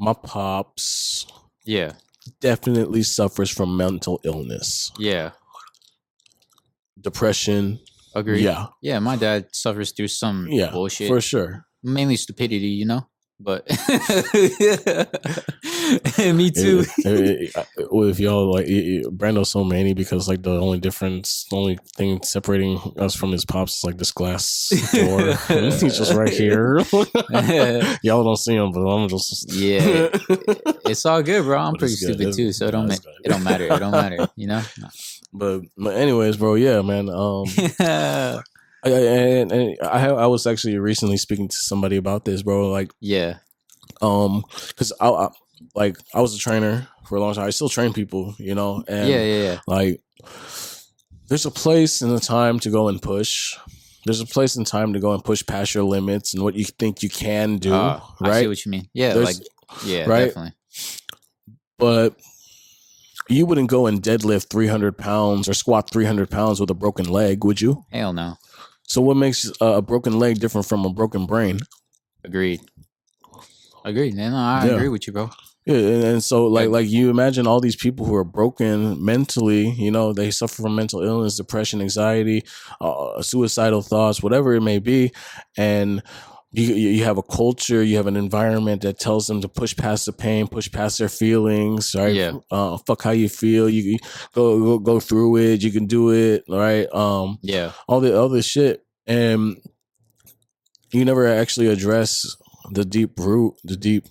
C: my pops
B: Yeah.
C: definitely suffers from mental illness,
B: Yeah.
C: depression.
B: Agreed. Yeah.
C: Yeah,
B: My dad suffers through some
C: yeah,
B: bullshit,
C: for sure.
B: mainly stupidity, you know. But me too.
C: It- it- it- I- well, if y'all like it, it- Brando's so manny because like the only difference, the only thing separating us from his pops is like this glass door. He's just right here. y'all don't see him, but I'm just
B: yeah. It's all good, bro. I'm
C: But
B: pretty
C: it's good.
B: stupid
C: It's-
B: too, so it don't
C: no,
B: ma-
C: it's good.
B: it don't matter. It don't matter, you know.
C: but but anyways, bro. Yeah, man. Um,
B: No.
C: I, I- and, and I have, I was actually recently speaking to somebody about this, bro. Like,
B: yeah.
C: um, because I, I like I was a trainer for a long time. I still train people, you know. And
B: yeah, yeah, yeah.
C: like, there's a place and a time to go and push. There's a place and time to go and push past your limits and what you think you can do,
B: Ah, I see
C: right?
B: what you mean. Yeah,
C: There's-
B: like yeah,
C: right?
B: definitely.
C: but you wouldn't go and deadlift 300 pounds or squat 300 pounds with a broken leg, would you?
B: Hell no.
C: So what makes a a broken leg different from a broken brain?
B: Agreed. Agreed. No, no, I
C: Yeah.
B: agree with you, bro.
C: Yeah, and, and so like
B: Yeah.
C: like you imagine all these people who are broken mentally, you know, they suffer from mental illness, depression, anxiety, uh, suicidal thoughts, whatever it may be, and you you you have a culture, you have an environment that tells them to push past the pain, push past their feelings, right?
B: Yeah.
C: Uh, fuck how you feel, you, you go, go go through it, you can do it, right? Um,
B: Yeah.
C: all the other shit and you never actually address the deep root the deep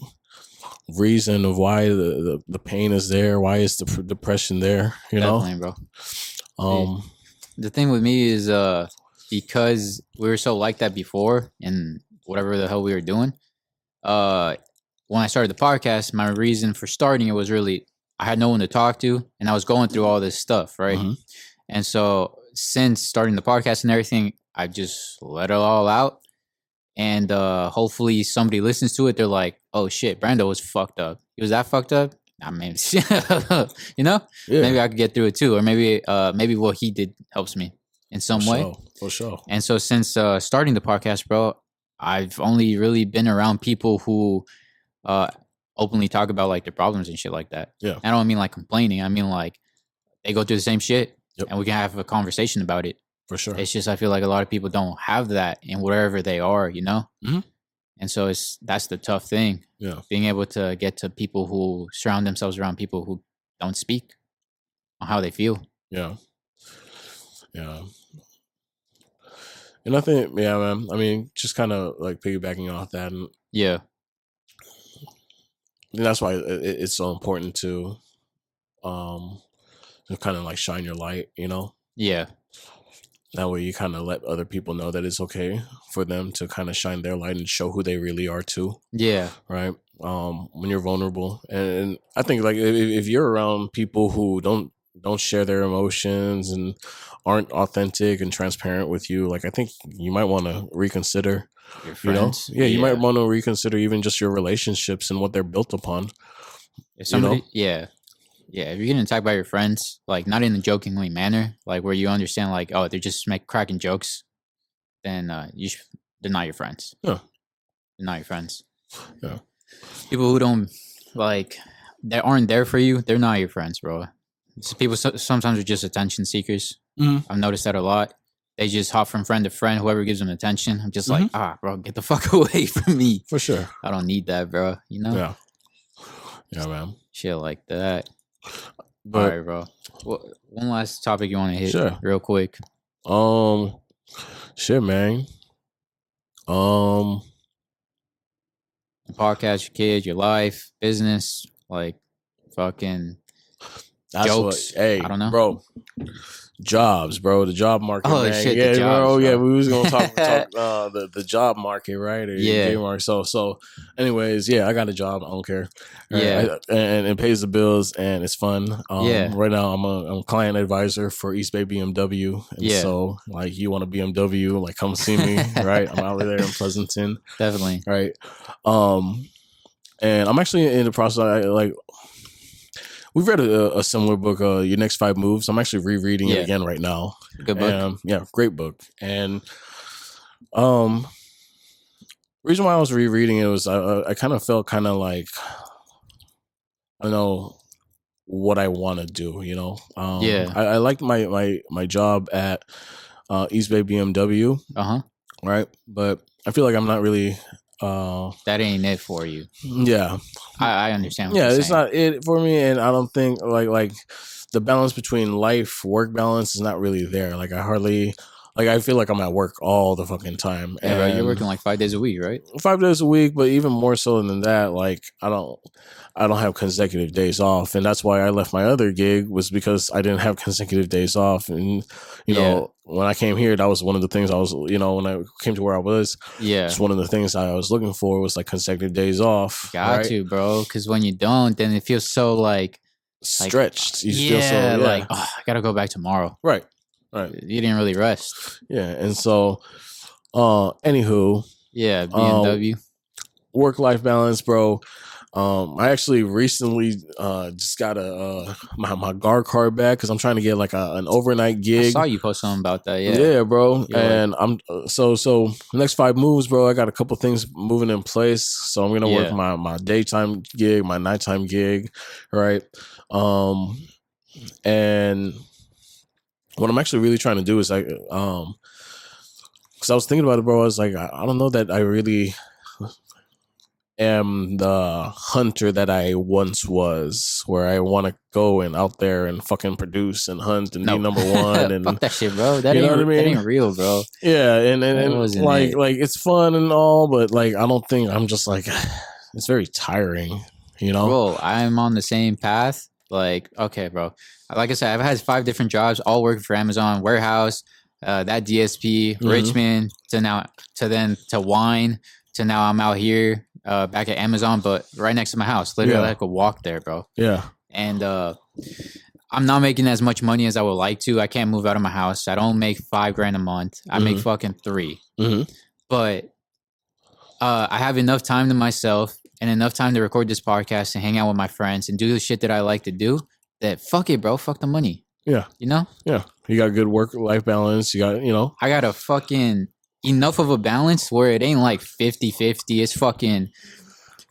C: reason of why the, the, the pain is there why is the pr- depression there you
B: definitely, bro.
C: know um
B: The thing with me is uh because we were so like that before and whatever the hell we were doing, uh when I started the podcast, my reason for starting it was really I had no one to talk to and I was going through all this stuff, right?
C: Mhm.
B: And so since starting the podcast and everything, I just let it all out. And uh hopefully somebody listens to it, they're like, Oh shit, Brando was fucked up. He was that fucked up? Nah, maybe you know?
C: yeah
B: Maybe I could get through it too. Or maybe uh maybe what he did helps me in some
C: for
B: way.
C: sure, for sure
B: And so since uh, starting the podcast, bro, I've only really been around people who uh, openly talk about like their problems and shit like that.
C: Yeah.
B: I don't mean like complaining. I mean like they go through the same shit,
C: Yep.
B: and we can have a conversation about it.
C: for sure
B: It's just I feel like a lot of people don't have that in wherever they are, you know.
C: Mhm.
B: And so it's that's the tough thing,
C: yeah
B: being able to get to people who surround themselves around people who don't speak on how they feel.
C: yeah yeah and I think, yeah, man. I mean, just kind of like piggybacking off that, and
B: Yeah,
C: and that's why it, it- it's so important to, um, to kind of like shine your light, you know,
B: yeah,
C: That way, you kind of let other people know that it's okay for them to kind of shine their light and show who they really are too,
B: yeah,
C: right? Um, when you're vulnerable, and, and I think like if, if you're around people who don't don't share their emotions and aren't authentic and transparent with you, like I think you might want to reconsider.
B: your
C: You know,
B: friends.
C: yeah, you might want to reconsider even just your relationships and what they're built upon.
B: If
C: you know?
B: somebody, yeah, yeah, if you're getting attacked by your friends, like not in a jokingly manner, like where you understand, like oh, they're just make cracking jokes, then uh, you should deny your friends.
C: Yeah.
B: deny your friends.
C: Yeah.
B: people who don't like that aren't there for you, they're not your friends, bro. It's people so- sometimes are just attention seekers.
C: Mhm.
B: I've noticed that a lot. They just hop from friend to friend, whoever gives them attention. I'm just
C: Mm-hmm.
B: like, ah, bro, get the fuck away from me.
C: for sure.
B: I don't need that, bro. You know?
C: Yeah, yeah, man.
B: Shit like that.
C: But
B: All right, bro. Wha- one last topic you want to hit
C: Sure.
B: real quick.
C: Um, shit, man. Um,
B: Podcast, your kids, your life, business, like fucking.
C: that's
B: Jokes.
C: What, hey,
B: I don't know.
C: bro. Jobs, bro. The job market.
B: Oh,
C: man.
B: shit, the
C: yeah, bro.
B: jobs,
C: Yeah,
B: bro.
C: we was gonna talk, talk uh, the the job market, right? Or
B: Yeah.
C: gig market. So, so, anyways, yeah, I got a job. I don't care. Right?
B: Yeah.
C: I- and it pays the bills, and it's fun. Um,
B: Yeah.
C: Right now, I'm a I'm a client advisor for East Bay BMW. And
B: Yeah.
C: So, like, you want a BMW? Like, come see me. right. I'm out there in Pleasanton.
B: Definitely.
C: right? Um, and I'm actually in the process. I, like, we've read a, a similar book, uh, "Your Next Five Moves." I'm actually rereading
B: Yeah.
C: it again right now.
B: Good book.
C: Um, yeah, great book. And um, reason why I was rereading it was I- I, I kind of felt kind of like I don't know what I want to do. You know, um,
B: Yeah.
C: I, I liked my my my job at uh, East Bay BMW,
B: Uh huh.
C: right? But I feel like I'm not really. Uh,
B: That ain't it for you.
C: yeah,
B: I, I understand. What
C: yeah,
B: you're
C: it's
B: saying.
C: not it for me, and I don't think like like the balance between life work balance is not really there. Like I hardly like I feel like I'm at work all the fucking time,
B: Yeah, bro, you're
C: and
B: working like five days a week, right?
C: five days a week, but even more so than that, like I don't I don't have consecutive days off, and that's why I left my other gig was because I didn't have consecutive days off, and you know when I came here, that was one of the things I was you know when I came to where I was,
B: Yeah.
C: it's one of the things I was looking for was like consecutive days off.
B: Got
C: right?
B: to, bro. Because when you don't, then it feels so like,
C: stretched. You
B: yeah,
C: feel so yeah.
B: like oh, I gotta go back tomorrow.
C: Right. Right.
B: You didn't really rest.
C: Yeah. And so, uh, anywho, Um,
B: Yeah, BMW.
C: work life balance, bro. Um, I actually recently uh just got a uh my, my guard card back because I'm trying to get like a, an overnight
B: I
C: gig.
B: saw you post something about that.
C: Yeah.
B: Uh, Yeah,
C: bro.
B: You're like-
C: and I'm uh, so so next five moves, bro. I got a couple things moving in place. So I'm gonna work
B: Yeah.
C: my my daytime gig, my nighttime gig, right? Um and what I'm actually really trying to do is like um because I was thinking about it, bro. I was like, I, I don't know that I really am the hunter that I once was, where I want to go and out there and fucking produce and hunt and
B: No.
C: be number one and
B: fuck that shit, bro. That
C: You know
B: ain't
C: what I
B: that
C: mean?
B: ain't real, bro.
C: yeah, and and,
B: That
C: and
B: wasn't
C: like
B: it.
C: like it's fun and all, but like I don't think I'm just like it's very tiring, you know.
B: Bro, I'm on the same path. Like, okay, bro. Like I said, I've had five different jobs, all working for Amazon, warehouse, uh, that DSP,
C: Mhm.
B: Richmond, to now to then to wine, to now I'm out here, uh, back at Amazon, but right next to my house. Literally,
C: Yeah.
B: I could walk there, bro.
C: yeah,
B: and uh I'm not making as much money as I would like to. I can't move out of my house. I don't make five grand a month. I make
C: Mhm.
B: fucking three.
C: Mhm.
B: But uh, I have enough time to myself and enough time to record this podcast and hang out with my friends and do the shit that I like to do. That fuck it, bro. Fuck the money.
C: Yeah.
B: You know,
C: yeah. You got good work life balance. You got you know.
B: I got a fucking enough of a balance where it ain't like 50 50. It's fucking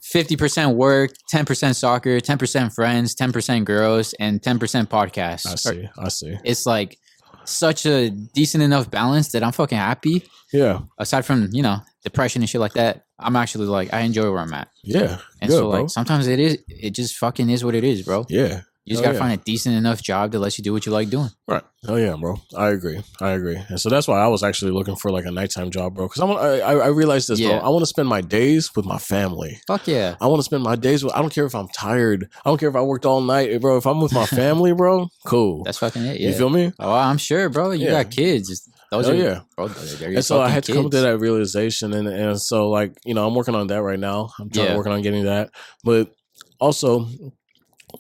B: 50% work, 10% soccer, 10% friends, 10% girls, and 10% podcasts.
C: I
B: Or-
C: see. I see.
B: it's like such a decent enough balance that I'm fucking happy.
C: Yeah,
B: Aside from you know depression and shit like that, I'm actually like I enjoy where I'm at.
C: yeah.
B: And
C: good,
B: so like
C: bro.
B: sometimes it is it just fucking is what it is, bro.
C: yeah.
B: You just
C: Oh,
B: gotta
C: yeah.
B: find a decent enough job that lets you do what you like doing.
C: Right. Oh yeah, bro. I agree. I agree. And so that's why I was actually looking for like a nighttime job, bro. Because I want. I, I I realized this,
B: Yeah.
C: bro. I want to spend my days with my family.
B: Fuck yeah.
C: I want to spend my days with. I don't care if I'm tired. I don't care if I worked all night, bro. If I'm with my family, bro, cool.
B: That's fucking it.
C: You
B: Yeah.
C: feel me?
B: Oh, I'm sure, bro. You
C: Yeah.
B: got kids. It's- Those
C: Hell
B: are
C: yeah.
B: Bro, they're your
C: and so I
B: fucking
C: had to come to
B: kids.
C: that realization, and and so like you know I'm working on that right now. I'm trying
B: Yeah.
C: to working on getting that, but also,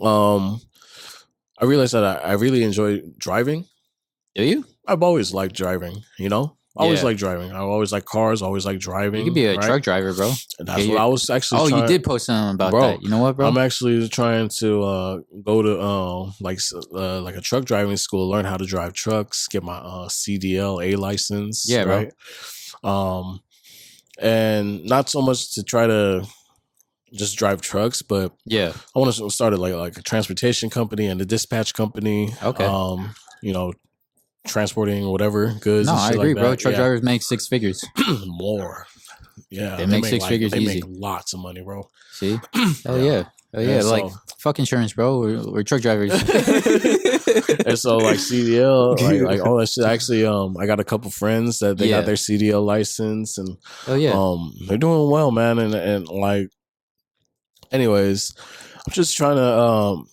C: um, I realized that I, I really enjoy driving.
B: Do you?
C: I've always liked driving. You know, I always
B: Yeah.
C: like driving. I always like cars. I Always like driving.
B: You could be a
C: right?
B: truck driver, bro.
C: And That's
B: yeah,
C: what
B: you-
C: I was actually.
B: Oh, you
C: trying-
B: did post something about
C: Bro,
B: that. You know what, bro?
C: I'm actually trying to uh, go to um, like s- uh, like a truck driving school, learn how to drive trucks, get my uh, CDL A license.
B: Yeah, bro.
C: Um, and not so much to try to just drive trucks, but
B: yeah.
C: I want to start a, like like a transportation company and a dispatch company.
B: Okay.
C: Um, you know, transporting whatever goods.
B: No,
C: and
B: I
C: shit
B: agree,
C: like
B: bro.
C: that.
B: Truck
C: Yeah.
B: drivers make six figures.
C: more. Yeah,
B: They make six figures
C: They
B: easy.
C: make lots of money, bro.
B: See? Hell
C: Yeah.
B: yeah. Hell yeah.
C: And
B: like,
C: so-
B: fuck insurance, bro. We're, we're truck drivers.
C: and so like CDL, like,
B: Yeah.
C: like all that shit. Actually, um, I got a couple friends that they
B: Yeah.
C: got their CDL license, and
B: Hell yeah.
C: um, they're doing well, man. And and like, anyways, I'm just trying to. Um,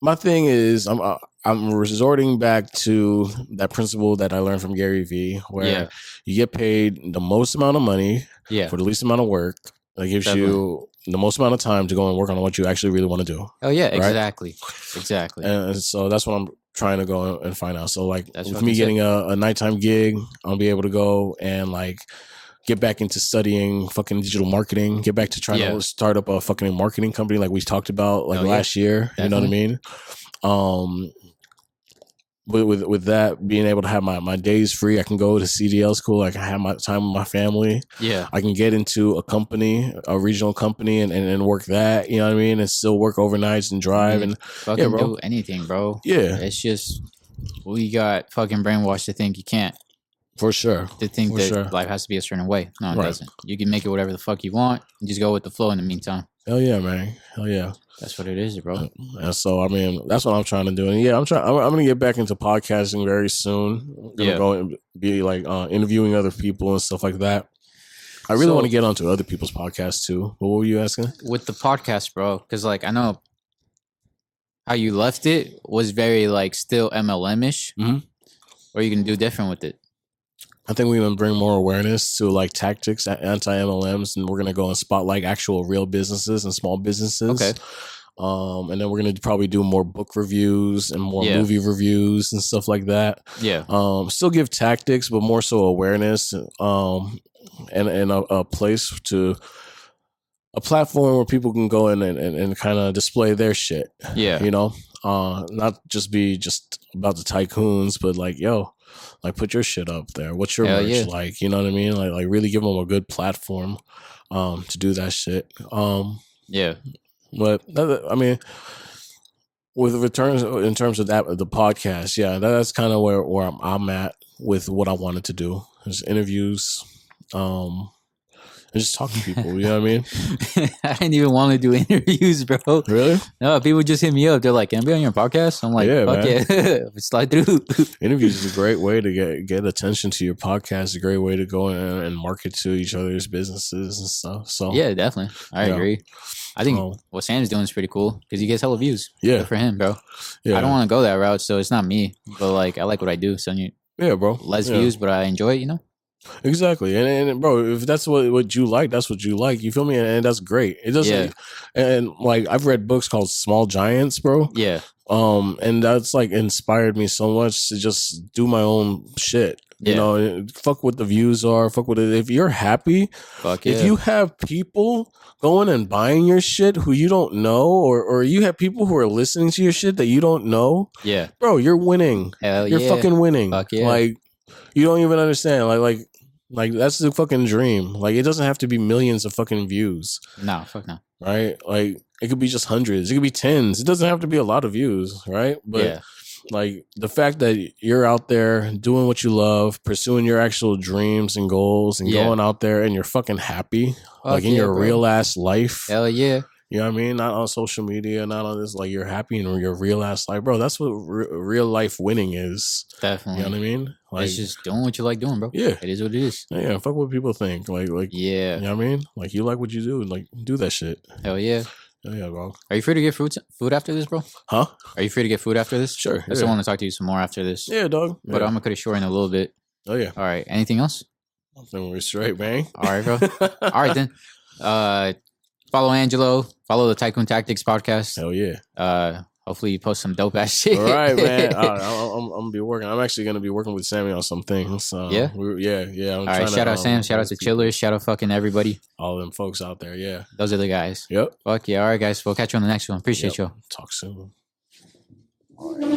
C: my thing is, I'm uh, I'm resorting back to that principle that I learned from Gary Vee, where
B: Yeah.
C: you get paid the most amount of money
B: Yeah.
C: for the least amount of work. That gives you the most amount of time to go and work on what you actually really want to do.
B: Hell yeah.
C: right?
B: Exactly. Exactly.
C: And, and so that's what I'm trying to go and find out. So like
B: That's
C: with
B: fucking
C: me
B: sick.
C: getting a, a nighttime gig, I'll be able to go and like get back into studying fucking digital marketing, get back to trying
B: Yeah.
C: to start up a fucking marketing company like we talked about like
B: Oh, yeah.
C: last year. You know what I mean? Um with, with with that being able to have my, my days free, I can go to CDL school. I can have my time with my family.
B: yeah.
C: I can get into a company, a regional company, and, and, and work that. You know what I mean? And still work overnights and drive.
B: Mhm.
C: And
B: Fucking
C: bro.
B: do anything, bro.
C: yeah,
B: It's just, we got fucking brainwashed to think you can't.
C: for sure.
B: to think
C: For
B: that
C: sure.
B: life has to be a certain way. No, it
C: Right.
B: doesn't. You can make it whatever the fuck you want and just go with the flow in the meantime.
C: Hell yeah, man. Hell yeah.
B: That's what it is, bro.
C: And so I mean, that's what I'm trying to do. And yeah, I'm trying. I'm, I'm gonna get back into podcasting very soon. I'm gonna
B: Yeah.
C: go and be like uh, interviewing other people and stuff like that. I really
B: So-
C: want to get onto other people's podcasts too. What were you asking?
B: With the podcast, bro, because like I know how you left it was very like still MLM ish.
C: Mhm.
B: Or you can do different with it.
C: I think we're gonna bring more awareness to like tactics, anti MLMs, and we're gonna go and spotlight actual real businesses and small businesses.
B: Okay.
C: Um, and then we're gonna probably do more book reviews and more
B: Yeah.
C: movie reviews and stuff like that.
B: Yeah.
C: um, still give tactics, but more so awareness, um, and and a, a place to a platform where people can go in and and, and kind of display their shit.
B: Yeah.
C: You know, uh, not just be just about the tycoons, but like yo. Like put your shit up there. What's your
B: Hell
C: merch
B: yeah.
C: like? You know what I mean. Like, like really give them a good platform um, to do that shit. Um,
B: Yeah.
C: but that- I mean, with the returns uh, in terms of that, the podcast, yeah, that, that's kind of where where I'm, I'm at with what I wanted to do. There's interviews, um, and just talk to people. you know what I mean?
B: I didn't even want to do interviews, bro.
C: Really?
B: No, people just hit me up. They're like, Can I be on your podcast? I'm like,
C: Yeah,
B: fuck
C: man.
B: yeah. Slide through.
C: Interviews is a great way to get get attention to your podcast. It's a great way to go and, and market to each other's businesses and stuff. So
B: Yeah, definitely. I
C: Yeah.
B: agree. I think
C: um,
B: what Sam's doing is pretty cool because he gets hella views.
C: yeah,
B: Good for him, bro.
C: yeah,
B: I don't want to go that route, so it's not me. But like, I like what I do. So you
C: yeah, bro.
B: less
C: Yeah.
B: views, but I enjoy it. You know?
C: Exactly, and, and bro, if that's what what you like, that's what you like. You feel me? And, and that's great. It doesn't,
B: Yeah.
C: and like I've read books called Small Giants, bro.
B: Yeah,
C: Um, and that's like inspired me so much to just do my own shit.
B: Yeah.
C: You know, fuck what the views are. Fuck what it, if you're happy.
B: fuck yeah.
C: If you have people going and buying your shit who you don't know, or or you have people who are listening to your shit that you don't know,
B: yeah,
C: bro, you're winning
B: hell
C: you're
B: yeah.
C: fucking winning.
B: Fuck yeah.
C: Like you don't even understand. Like like like that's the fucking dream. Like it doesn't have to be millions of fucking views,
B: no, fuck no.
C: right? Like it could be just hundreds. It could be tens. It doesn't have to be a lot of views, right? But
B: yeah,
C: like the fact that you're out there doing what you love, pursuing your actual dreams and goals and
B: Yeah.
C: going out there and you're fucking happy, like
B: Fuck
C: in
B: yeah,
C: your
B: bro.
C: real ass life.
B: Hell yeah,
C: You know what I mean? Not on social media, not on this like you're happy in your real ass life, bro. That's what re- real life winning is.
B: definitely.
C: You know what I mean? Like,
B: it's just doing what you like doing, bro.
C: yeah,
B: It is what it is.
C: yeah, yeah, fuck what people think. Like, like,
B: Yeah,
C: you know what I mean? Like, you like what you do, like, do that shit. Oh,
B: hell yeah.
C: Yeah, yeah, bro.
B: Are you free to get food food after this, bro?
C: Huh?
B: Are you free to get food after this?
C: Sure,
B: I still
C: yeah.
B: want to talk to you some more after this.
C: Yeah, dog.
B: But
C: yeah.
B: I'm gonna cut it short in a little bit.
C: oh yeah,
B: All right. Anything else?
C: I think we're straight, man.
B: All right, bro. All right then. Uh, follow Angelo. Follow the Tycoon Tactics podcast.
C: Hell yeah.
B: Uh, hopefully you post some dope ass shit.
C: All right, man. All right, I'm, I'm, I'm gonna be working. I'm actually gonna be working with Sammy on some things. So
B: Yeah?
C: we, yeah, yeah. I'm
B: All right,
C: trying
B: shout
C: to,
B: out Sam,
C: um,
B: shout out to Chillers, shout out fucking everybody.
C: all them folks out there. Yeah.
B: Those are the guys.
C: Yep.
B: Fuck yeah. All right, guys. We'll catch you on the next one. Appreciate
C: Yep.
B: y'all.
C: Talk soon.